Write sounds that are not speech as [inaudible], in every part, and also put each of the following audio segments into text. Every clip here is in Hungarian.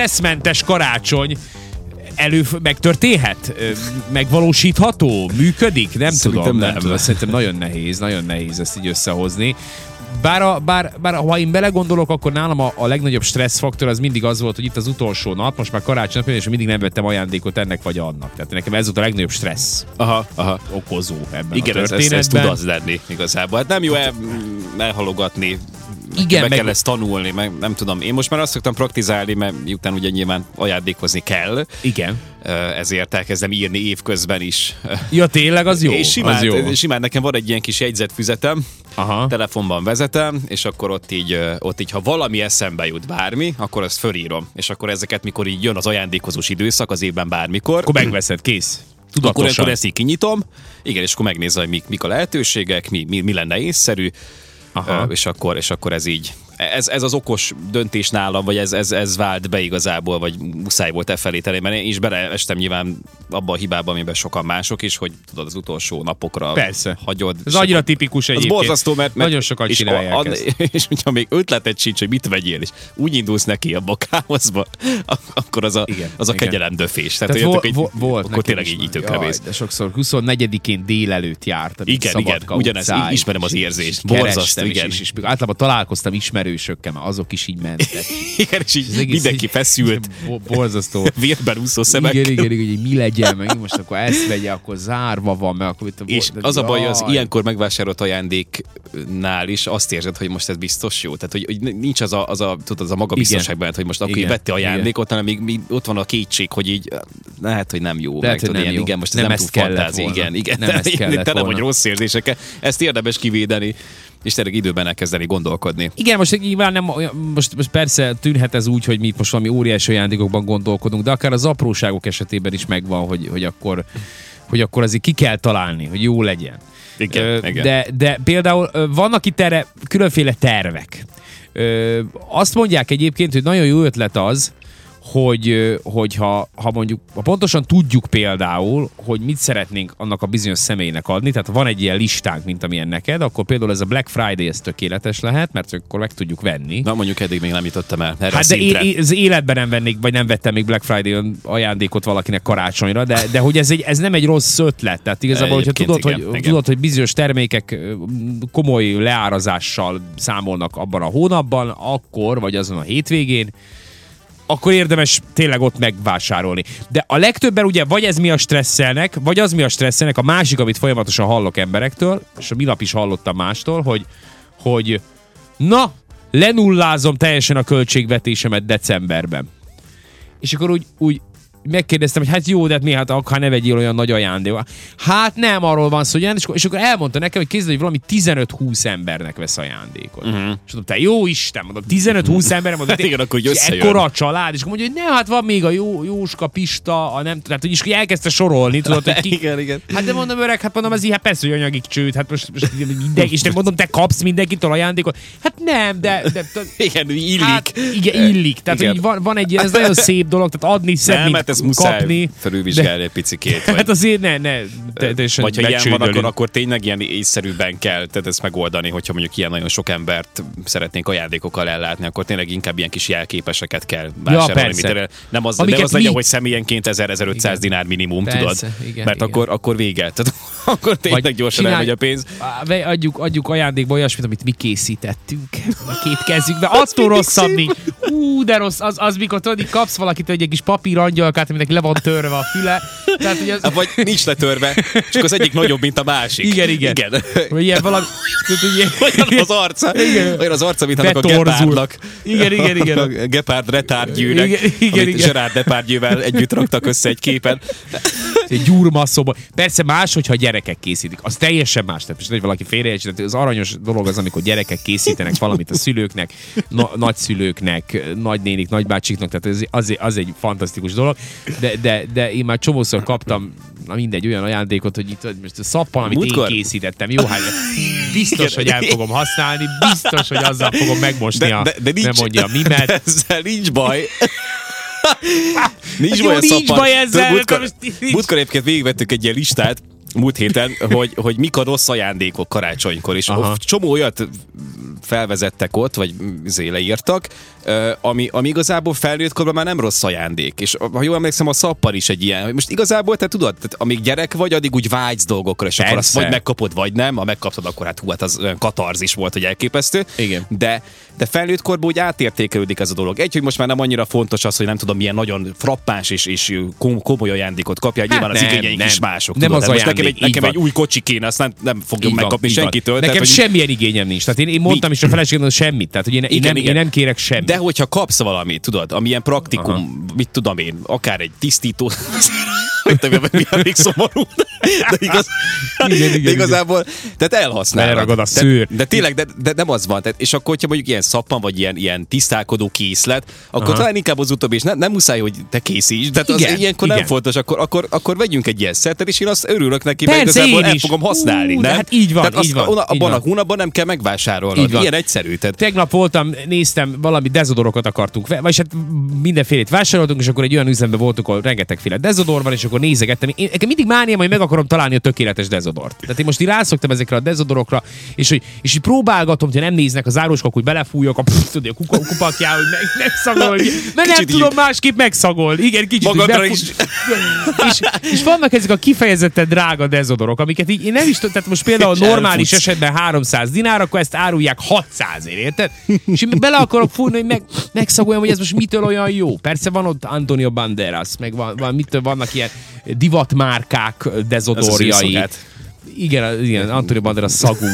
stresszmentes karácsony elő megtörténhet? Ö, Megvalósítható? Működik? Nem Szerintem tudom. nem tudom. Szerintem nagyon nehéz, nagyon nehéz ezt így összehozni. Bár, a, bár, bár ha én belegondolok, akkor nálam a, a legnagyobb stresszfaktor az mindig az volt, hogy itt az utolsó nap, most már karácsony napja, és én mindig nem vettem ajándékot ennek vagy annak. Tehát nekem ez volt a legnagyobb stressz Aha, aha. okozó ebben Igen, a ez, ez, történetben. ez tud az lenni igazából. Hát nem jó el, elhalogatni, Igen, meg, meg- kell ezt tanulni, meg nem tudom. Én most már azt szoktam praktizálni, mert miután ugye nyilván ajándékozni kell, Igen. ö, ezért elkezdem írni évközben is. Ja, tényleg az [laughs] jó. és simán, az jó. simán nekem van egy ilyen kis jegyzetfüzetem, Aha. telefonban vezetem, és akkor ott így, ö, ott így, ha valami eszembe jut bármi, akkor azt fölírom. És akkor ezeket, mikor így jön az ajándékozós időszak az évben bármikor, Akkor megveszed, kész. Tudatosan. akkor, akkor ezt így kinyitom, igen, és akkor megnézem, hogy mik, mik a lehetőségek, mi, mi, mi lenne észszerű, Aha. Aha. és, akkor, és akkor ez így. Ez, ez az okos döntés nálam, vagy ez, ez, ez vált be igazából, vagy muszáj volt e felé tenni, mert én is beleestem nyilván abba a hibába, amiben sokan mások is, hogy tudod, az utolsó napokra Persze. hagyod. Ez és annyira tipikus az egyébként. borzasztó, mert, mert Nagyon sokat és, csinálják a- ad- ezt. [laughs] és hogyha még ötleted sincs, hogy mit vegyél, és úgy indulsz neki a bakáhozba, [laughs] akkor az a, Igen, igen, az a igen. kegyelem döfés. Tehát Tehát, hogy vo- akkor így- vo- volt akkor nekem tényleg is így már. tökre Jaj, mész. De sokszor 24-én délelőtt jártam. itt Igen, igen, Szabadka ugyanez, utcáig, ismerem az és- érzést, és kerestem, borzasztó, és- igen. És, és, általában találkoztam ismerősökkel, mert azok is így mentek. [laughs] Igen, és így Az egész mindenki így- [laughs] feszült, bo- Borzasztó volt. [laughs] vérben úszó Igen, szemekkel. igen, igen, igen, hogy mi legyen, meg most akkor ezt vegye, akkor zárva van, meg akkor itt a- És de- az a baj, az jaj. ilyenkor megvásárolt ajándéknál is azt érzed, hogy most ez biztos jó. Tehát, hogy, hogy nincs az a, az a, tudod, az a maga biztonság Igen. benned, hogy most akkor Igen. így vettél ajándékot, hanem még, még, ott van a kétség, hogy így lehet, hogy nem jó. Lehet, hogy tudod, nem ilyen, jó. Igen, most ez Nem nem, ezt túl kellett fantázi. volna. Igen, igen. [laughs] Nem ezt kellett Tele vagy volna. rossz érzésekkel. Ezt érdemes kivédeni, és tényleg időben elkezdeni gondolkodni. Igen, most nyilván nem, olyan- most, most persze tűnhet ez úgy, hogy mi itt most valami óriási ajándékokban gondolkodunk, de akár az apróságok esetében is megvan, hogy, hogy akkor hogy akkor azért ki kell találni, hogy jó legyen. Igen, igen. De, de például ö, vannak itt erre különféle tervek. Ö, azt mondják egyébként, hogy nagyon jó ötlet az, hogy, ö, hogyha ha mondjuk, ha pontosan tudjuk például, hogy mit szeretnénk annak a bizonyos személynek adni, tehát van egy ilyen listánk, mint amilyen neked, akkor például ez a Black Friday ez tökéletes lehet, mert akkor meg tudjuk venni. Na mondjuk eddig még nem jutottam el. Erre Hát de szintre. é- az életben nem vennék, vagy nem vettem még Black Friday-on ajándékot valakinek karácsonyra, de, de hogy ez, egy, ez nem egy rossz ötlet. Tehát igazából, hogyha Egyébként tudod, igen, igen, hogy, igen. igen. tudod, hogy bizonyos termékek ö, komoly leárazással számolnak abban a hónapban, akkor, vagy azon a hétvégén, akkor érdemes tényleg ott megvásárolni. De a legtöbben ugye vagy ez mi a stresszelnek, vagy az mi a stresszelnek, a másik, amit folyamatosan hallok emberektől, és a minap is hallottam mástól, hogy, hogy na, lenullázom teljesen a költségvetésemet decemberben. És akkor úgy, úgy megkérdeztem, hogy hát jó, de hát mi, hát ak- ha ne vegyél olyan nagy ajándékot. Hát nem, arról van szó, hogy ajándék, és akkor- és akkor elmondta nekem, hogy kézzel, hogy valami 15-20 embernek vesz ajándékot. Uh-huh. És mondom, te jó Isten, mondom, 15-20 embernek, mondom, Mhm. [laughs] Igen, akkor így és összejön. Ekkora a család, és akkor mondja, hogy nem, hát van még a jó, Jóska, Pista, a nem, tehát hogy is elkezdte sorolni, tudod, hogy ki, [laughs] Igen, igen. Hát de mondom, öreg, hát mondom, ez így, hát persze, hogy anyagig csőd, hát most, most mindenki, és nem mondom, te kapsz mindenkitől ajándékot. Hát nem, de, de, de Igen, illik. Hát, igen, illik. Tehát Igen. igen. Így van, van egy ilyen, ez nagyon szép dolog, tehát adni szebb, nem, mint mert ezt muszáj kapni. felülvizsgálni egy picikét. De, Vagy... [laughs] hát azért ne, ne, te, te sem Vagy ha ilyen van, becsődölünk. akkor, akkor tényleg ilyen észszerűbben kell tehát ezt megoldani, hogyha mondjuk ilyen nagyon sok embert szeretnénk ajándékokkal ellátni, akkor tényleg inkább ilyen kis jelképeseket kell vásárolni. persze. mint erre. nem az, nem Amiket az legyen, mi- hogy személyenként 1500 Igen. dinár minimum, Persze, tudod. igen, Mert igen. Akkor, akkor vége. [laughs] Tehát, akkor tényleg gyorsan csinálj- elmegy a pénz. Á, ve- Adjuk, adjuk ajándékba olyasmit, amit mi készítettünk a két [laughs] kezünkbe. Attól rosszabb nincs. Ú, de rossz. Az, az mikor tudod, így kapsz valakit egy kis papír angyalkát, aminek le van törve a füle. Tehát, hogy az... Hát, Vagy nincs letörve, és akkor az egyik nagyobb, mint a másik. Igen, igen. igen. Vagy ilyen valami... tudod, hogy ilyen- Olyan az arca, Igen. olyan az arca, mint annak a Betorzul. gepárdnak. Igen, igen, igen. A [laughs] gepárd retárgyűnek, Igen, igen, amit igen. Gerard Depardieu-vel együtt raktak össze egy képen. egy gyurmaszóba. Persze más, hogyha gyerekek készítik. Az teljesen más. Tehát most, hogy valaki félreértett, az aranyos dolog az, amikor gyerekek készítenek valamit a szülőknek, na- nagyszülőknek, nagynénik, nagybácsiknak, tehát ez, az, az, egy fantasztikus dolog. De, de, de én már csomószor kaptam na mindegy, olyan ajándékot, hogy itt hogy most a szappan, amit Múltkor? én készítettem, jó, hát biztos, hogy el fogom használni, biztos, hogy azzal fogom megmosni a, nem mondja a mimet. [laughs] de ezzel nincs [laughs] baj. nincs Hát jó, baj a nincs szappan. baj ezzel, Tudod, de Múltkor, most nincs. múltkor egyébként végigvettük egy ilyen listát, múlt [laughs] héten, hogy, hogy mik a rossz ajándékok karácsonykor, és Aha. Aha. csomó olyat felvezettek ott, vagy zéle írtak, ö, ami, ami igazából felnőtt korban már nem rossz ajándék. És ha jól emlékszem, a szappar is egy ilyen. hogy Most igazából, te tudod, tehát amíg gyerek vagy, addig úgy vágysz dolgokra, és akkor azt Persze. vagy megkapod, vagy nem. Ha megkaptad, akkor hát hú, hát az olyan katarzis volt, hogy elképesztő. Igen. De, de felnőtt korban úgy átértékelődik ez a dolog. Egy, hogy most már nem annyira fontos az, hogy nem tudom, milyen nagyon frappáns és, és kom- komoly ajándékot kapja, Hát nyilván nem, az igényeink nem. is mások. Nem tudod? az Hát most nekem ajándék, egy, nekem így egy új kocsi kéne, azt nem, nem fogom Így van, megkapni így van. senkitől. Nekem tehát, hogy- semmilyen igényem nincs. Tehát én, én mondtam is a feleségemnek semmit. Tehát, hogy én, én, Igen, nem, én igen. nem kérek semmit. De hogyha kapsz valamit, tudod, amilyen praktikum, Aha. mit tudom én, akár egy tisztító, [laughs] hogy te mi a még szomorú, de, igaz, Igen, igen, de igen. igazából, tehát elhasználod. Beleragad a Tehát- szőr. De, tényleg, de, de, nem az van. Tehát, és akkor, hogyha mondjuk ilyen szappan, vagy ilyen, ilyen tisztálkodó készlet, akkor Aha. Aha. talán inkább az utóbbi, és ne, nem muszáj, hogy te készítsd. Tehát igen, Igen, az ilyenkor igen. nem fontos, akkor, akkor, akkor vegyünk egy ilyen szettet, és én azt örülök neki, mert Persze, igazából én el is. fogom használni. Ú, de nem? hát így van, tehát így van, ona- így Abban a van. hónapban nem kell megvásárolnod. Így van. Ilyen egyszerű. Tehát Tegnap voltam, néztem, valami dezodorokat akartunk, ve- vagyis hát mindenfélét vásároltunk, és akkor egy olyan üzemben voltunk, ahol rengetegféle dezodor van, és akkor nézegettem. Én, nekem mindig mániám, hogy meg akarom találni a tökéletes dezodort. Tehát én most így rászoktam ezekre a dezodorokra, és, hogy, és így próbálgatom, hogy nem néznek az áruskok, hogy belefújok a, pff, tudod, a kuka, kupakjá, hogy meg, megszagol. hogy- Mert nem Kicsit így- tudom, másképp megszagol. Igen, kicsit. hogy magadra befú- is és, [laughs] és vannak ezek a kifejezetten drága dezodorok, amiket így, én nem is tudom, tehát most például És normális elfutsz. esetben 300 dinár, akkor ezt árulják 600 ért, érted? És én bele akarok fúrni, hogy meg, megszagoljam, hogy ez most mitől olyan jó. Persze van ott Antonio Banderas, meg van, van mitől vannak ilyen divatmárkák dezodorjai. űrszagát. Igen, igen, Antonio Banderas szagú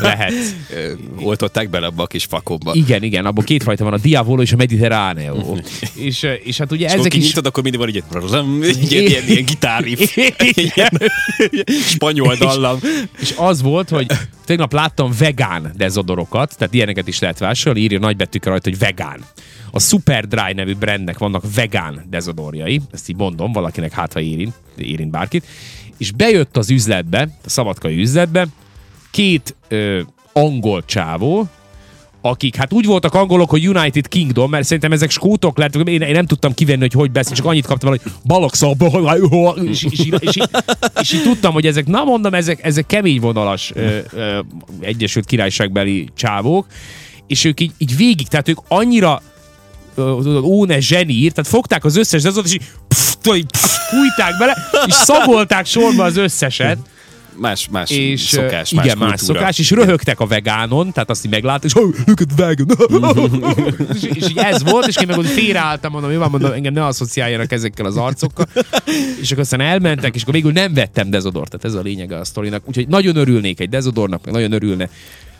lehet. Ö, oltották bele abba a kis fakomba. Igen, igen, abból kétfajta van, a Diavolo és a Mediterráneo. És, és hát ugye ezek Ezek akkor is... kinyitod, akkor mindig van egy ilyen, egy ilyen, ilyen, ilyen [laughs] gitárriff, ilyen [laughs] spanyol dallam. És az volt, hogy tegnap láttam vegán dezodorokat, tehát ilyeneket is lehet vásárolni, írja nagybetűkkel rajta, hogy vegán. A Superdry nevű brandnek vannak vegán dezodorjai, ezt így mondom, valakinek hát, ha érint, érint bárkit, és bejött az üzletbe, a szabadkai üzletbe, két ö, angol csávó, akik hát úgy voltak angolok, hogy United Kingdom, mert szerintem ezek skótok lettek, én, én nem tudtam kivenni, hogy hogy beszél, csak annyit kaptam el, hogy balakszabba, és, és, és, és, és így tudtam, hogy ezek, na mondom, ezek, ezek kemény vonalas ö, ö, Egyesült Királyságbeli csávók, és ők így, így végig, tehát ők annyira ö, tudod, óne zsenír, tehát fogták az összes dezot, és így pff, tudod, így pff, fújták bele, és szagolták sorba az összeset, Más, más és és, szokás, igen, más, más szokás, és röhögtek a vegánon, tehát azt így meglát, és "Oh, look at vegan. [laughs] és, és így ez volt, és én meg ott félreálltam, mondom, jó, van, mondom, engem ne asszociáljanak ezekkel az arcokkal. És akkor aztán elmentek, és akkor végül nem vettem dezodort, tehát ez a lényege a sztorinak. Úgyhogy nagyon örülnék egy dezodornak, meg nagyon örülne.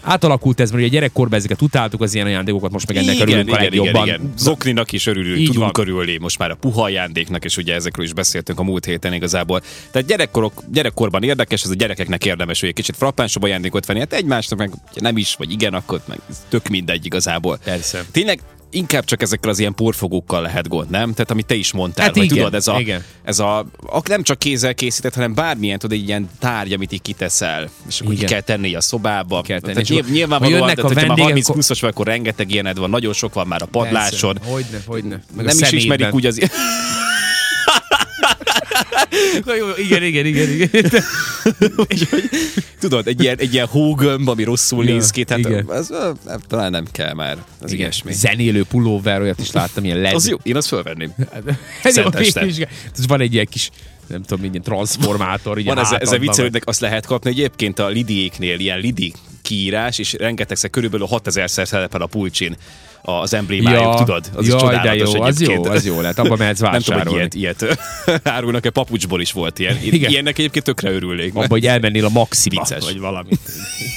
Átalakult ez, mert ugye gyerekkorban ezeket utáltuk, az ilyen ajándékokat, most meg ennek Igen, örülünk igen, a igen, legjobban. igen, igen. Zokninak is örülünk, Így tudunk van. örülni most már a puha ajándéknak, és ugye ezekről is beszéltünk a múlt héten igazából. Tehát gyerekkorok, gyerekkorban érdekes, ez a gyerekeknek érdemes, hogy egy kicsit frappánsabb ajándékot venni, hát egymásnak meg ha nem is, vagy igen, akkor meg ez tök mindegy igazából. Persze. Tényleg inkább csak ezekkel az ilyen porfogókkal lehet gond, nem? Tehát amit te is mondtál, Hát hogy igen, tudod, ez a, igen. ez a, ak- nem csak kézzel készített, hanem bármilyen, tudod, egy ilyen tárgy, amit így kiteszel, és akkor Igen. ki kell tenni a szobába. kell tenni, és Tehát nyilv, akkor- nyilvánvalóan, ha jönnek tehát, a hogyha már vendégek, 30 akkor- pluszos vagy, akkor rengeteg ilyened van, nagyon sok van már a padláson. Hogyne, hogyne. Meg a Nem is szemétben. ismerik [laughs] úgy az... Jó, igen, igen, igen, [laughs] igen. [laughs] Tudod, egy ilyen, egy ilyen hógömb, ami rosszul Ja, néz ki, tehát igen. az, ö, nem, talán nem kell már az igen. ilyesmi. Zenélő pulóver, olyat is láttam, ilyen led. Az jó, én azt fölvenném. Hát jó, Szent este. én is- Ez van egy ilyen kis, nem tudom, ilyen transformátor. így Van a ez, ez a hátadban vagy. viccelődnek, azt lehet kapni egyébként a Lidiéknél, ilyen Lidi kiírás, és rengetegszer, körülbelül 6000-szer szerepel a pulcsin a- az emblémájuk, Ja, tudod? Az is jaj, de csodálatos jó, az egyébként. jó, az jó lehet, abba mehetsz [laughs] Nem tudom, hogy vásárolni. ilyet, ilyet [laughs] árulnak-e, papucsból is [laughs] volt ilyen. Én Igen. Ilyennek egyébként tökre [laughs] örülnék. Abba, hogy elmennél a maxima, Vicces. vagy valamit.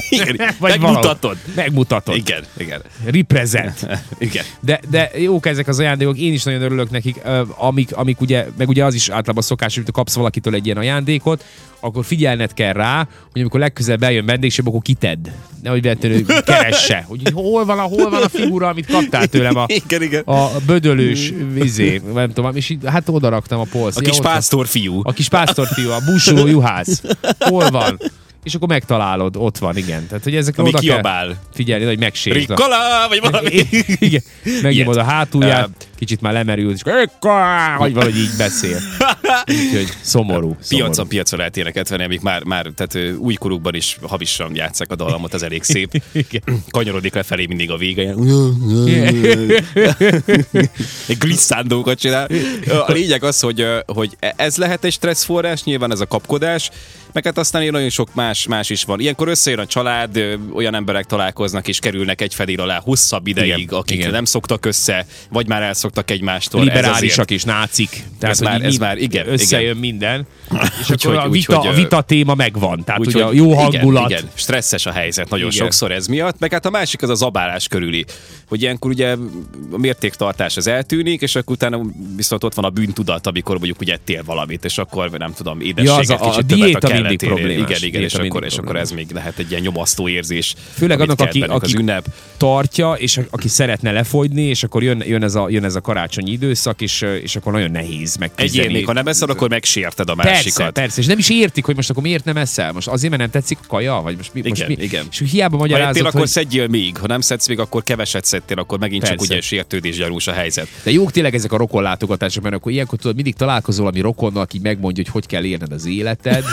Igen, [laughs] Vagy megmutatod. valahol. Megmutatod. Igen. Igen, igen, Represent. [laughs] igen. De, de jók ezek az ajándékok, én is nagyon örülök nekik, ö, amik, amik ugye, meg ugye az is általában szokás, hogy kapsz valakitől egy ilyen ajándékot, akkor figyelned kell rá, hogy amikor legközelebb eljön vendégség, akkor kitedd. Nehogy véletlenül [laughs] keresse, hogy hol van a, hol van a figura, amit kaptál tőlem a, [laughs] Igen, igen. a bödölős vizé, nem tudom, és így, hát oda raktam a polc. A kis pásztor fiú. A kis pásztorfiú, a búsuló juhász. Hol van? És akkor megtalálod, ott van, igen. Tehát, hogy ezek Ami oda kell kiabál. figyelni, hogy megsérül. Rikkola, vagy valami. Igen, megnyomod a Ilyet. hátulját, Ö, kicsit már lemerült, és akkor, "Ekká!" vagy valahogy így beszél. Úgyhogy szomorú. szomorú. [laughs] Piacon piacra lehet ilyeneket venni, amik már, már tehát ö, újkorukban is havisan játszák a dallamot, ez elég [laughs] szép. Kanyarodik lefelé mindig a vége, ilyen egy glisszandókat csinál. A lényeg az, hogy, ö, hogy e- ez lehet egy stresszforrás, nyilván ez a kapkodás, meg hát aztán ilyen nagyon sok más, más is van. Ilyenkor összejön a család, ö, olyan emberek találkoznak és kerülnek egy felér alá hosszabb ideig, Igen, igen, akik igen. igen. nem szoktak össze, vagy már elszoktak egymástól. ez azért- liberálisak és nácik. Tehát, Ez hogy már- így ez mi- már- igen, Összejön minden. És Úgyhogy- akkor a vita, úgyhogy, a ö, vita téma megvan. Tehát Hát ugye a Úgyhogy jó hangulat. Igen, igen, stresszes a helyzet nagyon Igen. igen. sokszor ez miatt, meg hát a másik az a zabálás körüli, hogy ilyenkor ugye a mértéktartás az eltűnik, és akkor utána viszont ott van a bűntudat, amikor mondjuk ugye ettél valamit, és akkor nem tudom, édességet Ja, az a- a kicsit többet diéta mindig kelleténél. problémás. Igen, igen, Diéta és mindig akkor, és akkor ez még lehet egy ilyen nyomasztó érzés. Főleg amit annak, kelt aki, bennünk aki az ünnep. tartja, és a- aki szeretne lefogyni, és akkor jön, jön, ez, a, jön ez a karácsonyi időszak, és, ö, és akkor nagyon nehéz Egy megküzdeni. érnék, ha nem eszel, akkor megsérted a Persze, másikat. persze, és nem is értik, hogy most akkor miért nem eszel. Most azért, mert nem tetszik a kaja, vagy most mi? most Igen, mi? igen. És hiába Ha ettél, magyarázod, akkor hogy... szedjél még, ha nem szedsz még, akkor keveset szedtél, akkor megint csak Persze. ugye sértődés gyanús a helyzet. De jók tényleg ezek a rokon látogatások, mert akkor ilyenkor tudod, mindig találkozol valami rokonnal, aki megmondja, hogy hogy kell élned az [laughs] életed.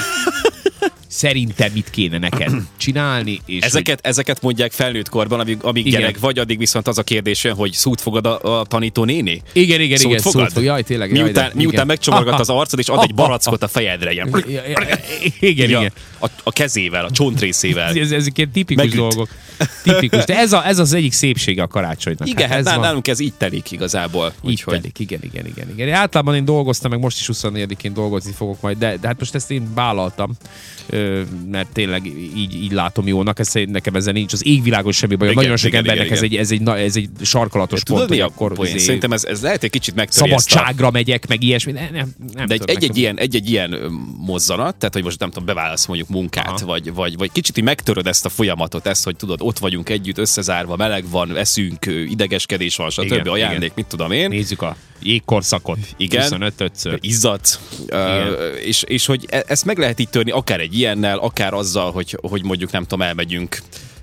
Szerintem mit kéne neked csinálni. És Ezeket, ezeket mondják felnőtt korban, amíg, amíg Igen. gyerek vagy, addig viszont az a kérdés jön, hogy szút fogad a, a tanító néni? Hogy... Igen, igen, igen. Szót fogad? szót fog- Jaj, tényleg. jaj, de- Miután, igen. miután megcsomorgat az arcod, és ad [laughs] egy barackot a fejedre, ilyen. Ja, ja, Igen, Ja, igen. A, a kezével, a csontrészével. Ez, ezek ilyen tipikus Megüt. dolgok. Tipikus. De ez, a, ez az egyik szépsége a karácsonynak. Igen, hát ez nál- van. nálunk ez így telik igazából. Így Úgyhogy telik, igen, igen, igen, igen. Általában én dolgoztam, meg most is 24-én dolgozni fogok majd, de, de hát most ezt én vállaltam, ö, mert tényleg így, így látom jónak, ez, nekem ezzel nincs az égvilágon semmi baj. Igen, Nagyon sok igen, embernek igen, ez, egy, ez, egy, na- ez egy sarkalatos pont, tudod hogy mi a akkor poén? izé Szerintem ez, ez lehet egy kicsit megtöri ezt a- szabadságra megyek, meg ilyesmi. Nem, nem, nem De egy, tudom, egy-egy, nekem- ilyen, egy-egy ilyen ö, mozzanat, tehát hogy most nem tudom, beválasz mondjuk munkát, Aha. vagy, vagy, vagy kicsit így megtöröd ezt a folyamatot, ezt, hogy tudod, ott vagyunk együtt, összezárva, meleg van, eszünk, ö, idegeskedés van, Igen, stb. ajándék, igen. mit tudom én. Nézzük a jégkorszakot. Igen. 25 izzadsz, Ö, és, és hogy e- ezt meg lehet így törni akár egy ilyennel, akár azzal, hogy, hogy mondjuk nem tudom, elmegyünk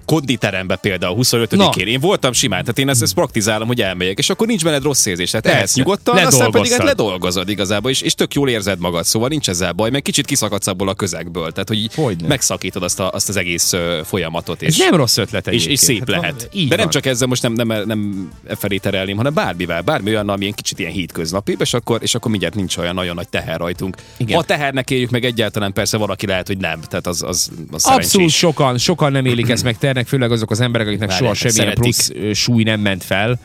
konditerembe például 25-én. Na. Én voltam simán, tehát én ezt, ezt praktizálom, hogy elmegyek, és akkor nincs benned rossz érzés. Tehát ehhez Persze. nyugodtan, aztán pedig hát Ledolgoztad. ledolgozod igazából, és, és tök jól érzed magad, szóval nincs ezzel baj, meg kicsit kiszakadsz abból a közegből, tehát hogy így Hogyne. megszakítod azt, a, azt az egész ö, folyamatot. És... Ez nem rossz ötlet És, egyébként. és szép Hát hát van- lehet. Így De nem van. csak ezzel most nem, nem, nem e felé terelném, hanem bármivel, bármi olyan, ami ilyen kicsit ilyen hétköznapi, és akkor, és akkor mindjárt nincs olyan nagyon nagy teher rajtunk. Igen. Igen. Ha tehernek éljük meg egyáltalán, persze valaki lehet, hogy nem. Tehát az, az, az Abszolút szerencsés. sokan, sokan nem élik ezt meg ternek, főleg azok az emberek, akiknek Várj, soha hát semmilyen szeretik. plusz ö, súly nem ment fel.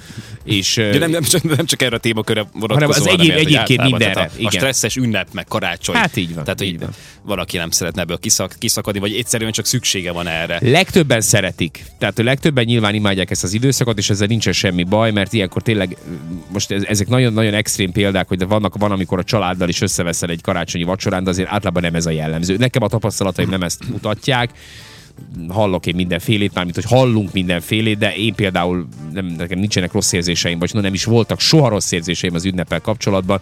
És, ö, De nem, nem, csak, nem csak erre a témakörre vonatkozó, Hanem az egyéb- hogy egyébként általában, tehát mindenre, A, igen. a stresszes ünnep, meg karácsony. Hát így van, Tehát, így így van. van. van, aki nem szeretne ebből kiszak, kiszakadni, vagy egyszerűen csak szüksége van erre. Legtöbben szeretik. Tehát a legtöbben nyilván imádják ezt az időszakot, és ezzel nincsen semmi baj, mert ilyenkor tényleg ö, most ez- ezek nagyon-nagyon extrém példák, hogy de vannak, van, amikor a családdal is összeveszel egy karácsonyi vacsorán, de azért általában nem ez a jellemző. Nekem a tapasztalataim nem ezt mutatják. Hallok én mindenfélét, mármint, hogy hallunk mindenfélét, de én például nem, nekem nincsenek rossz érzéseim, vagy no, nem is voltak soha rossz érzéseim az ünnepel kapcsolatban.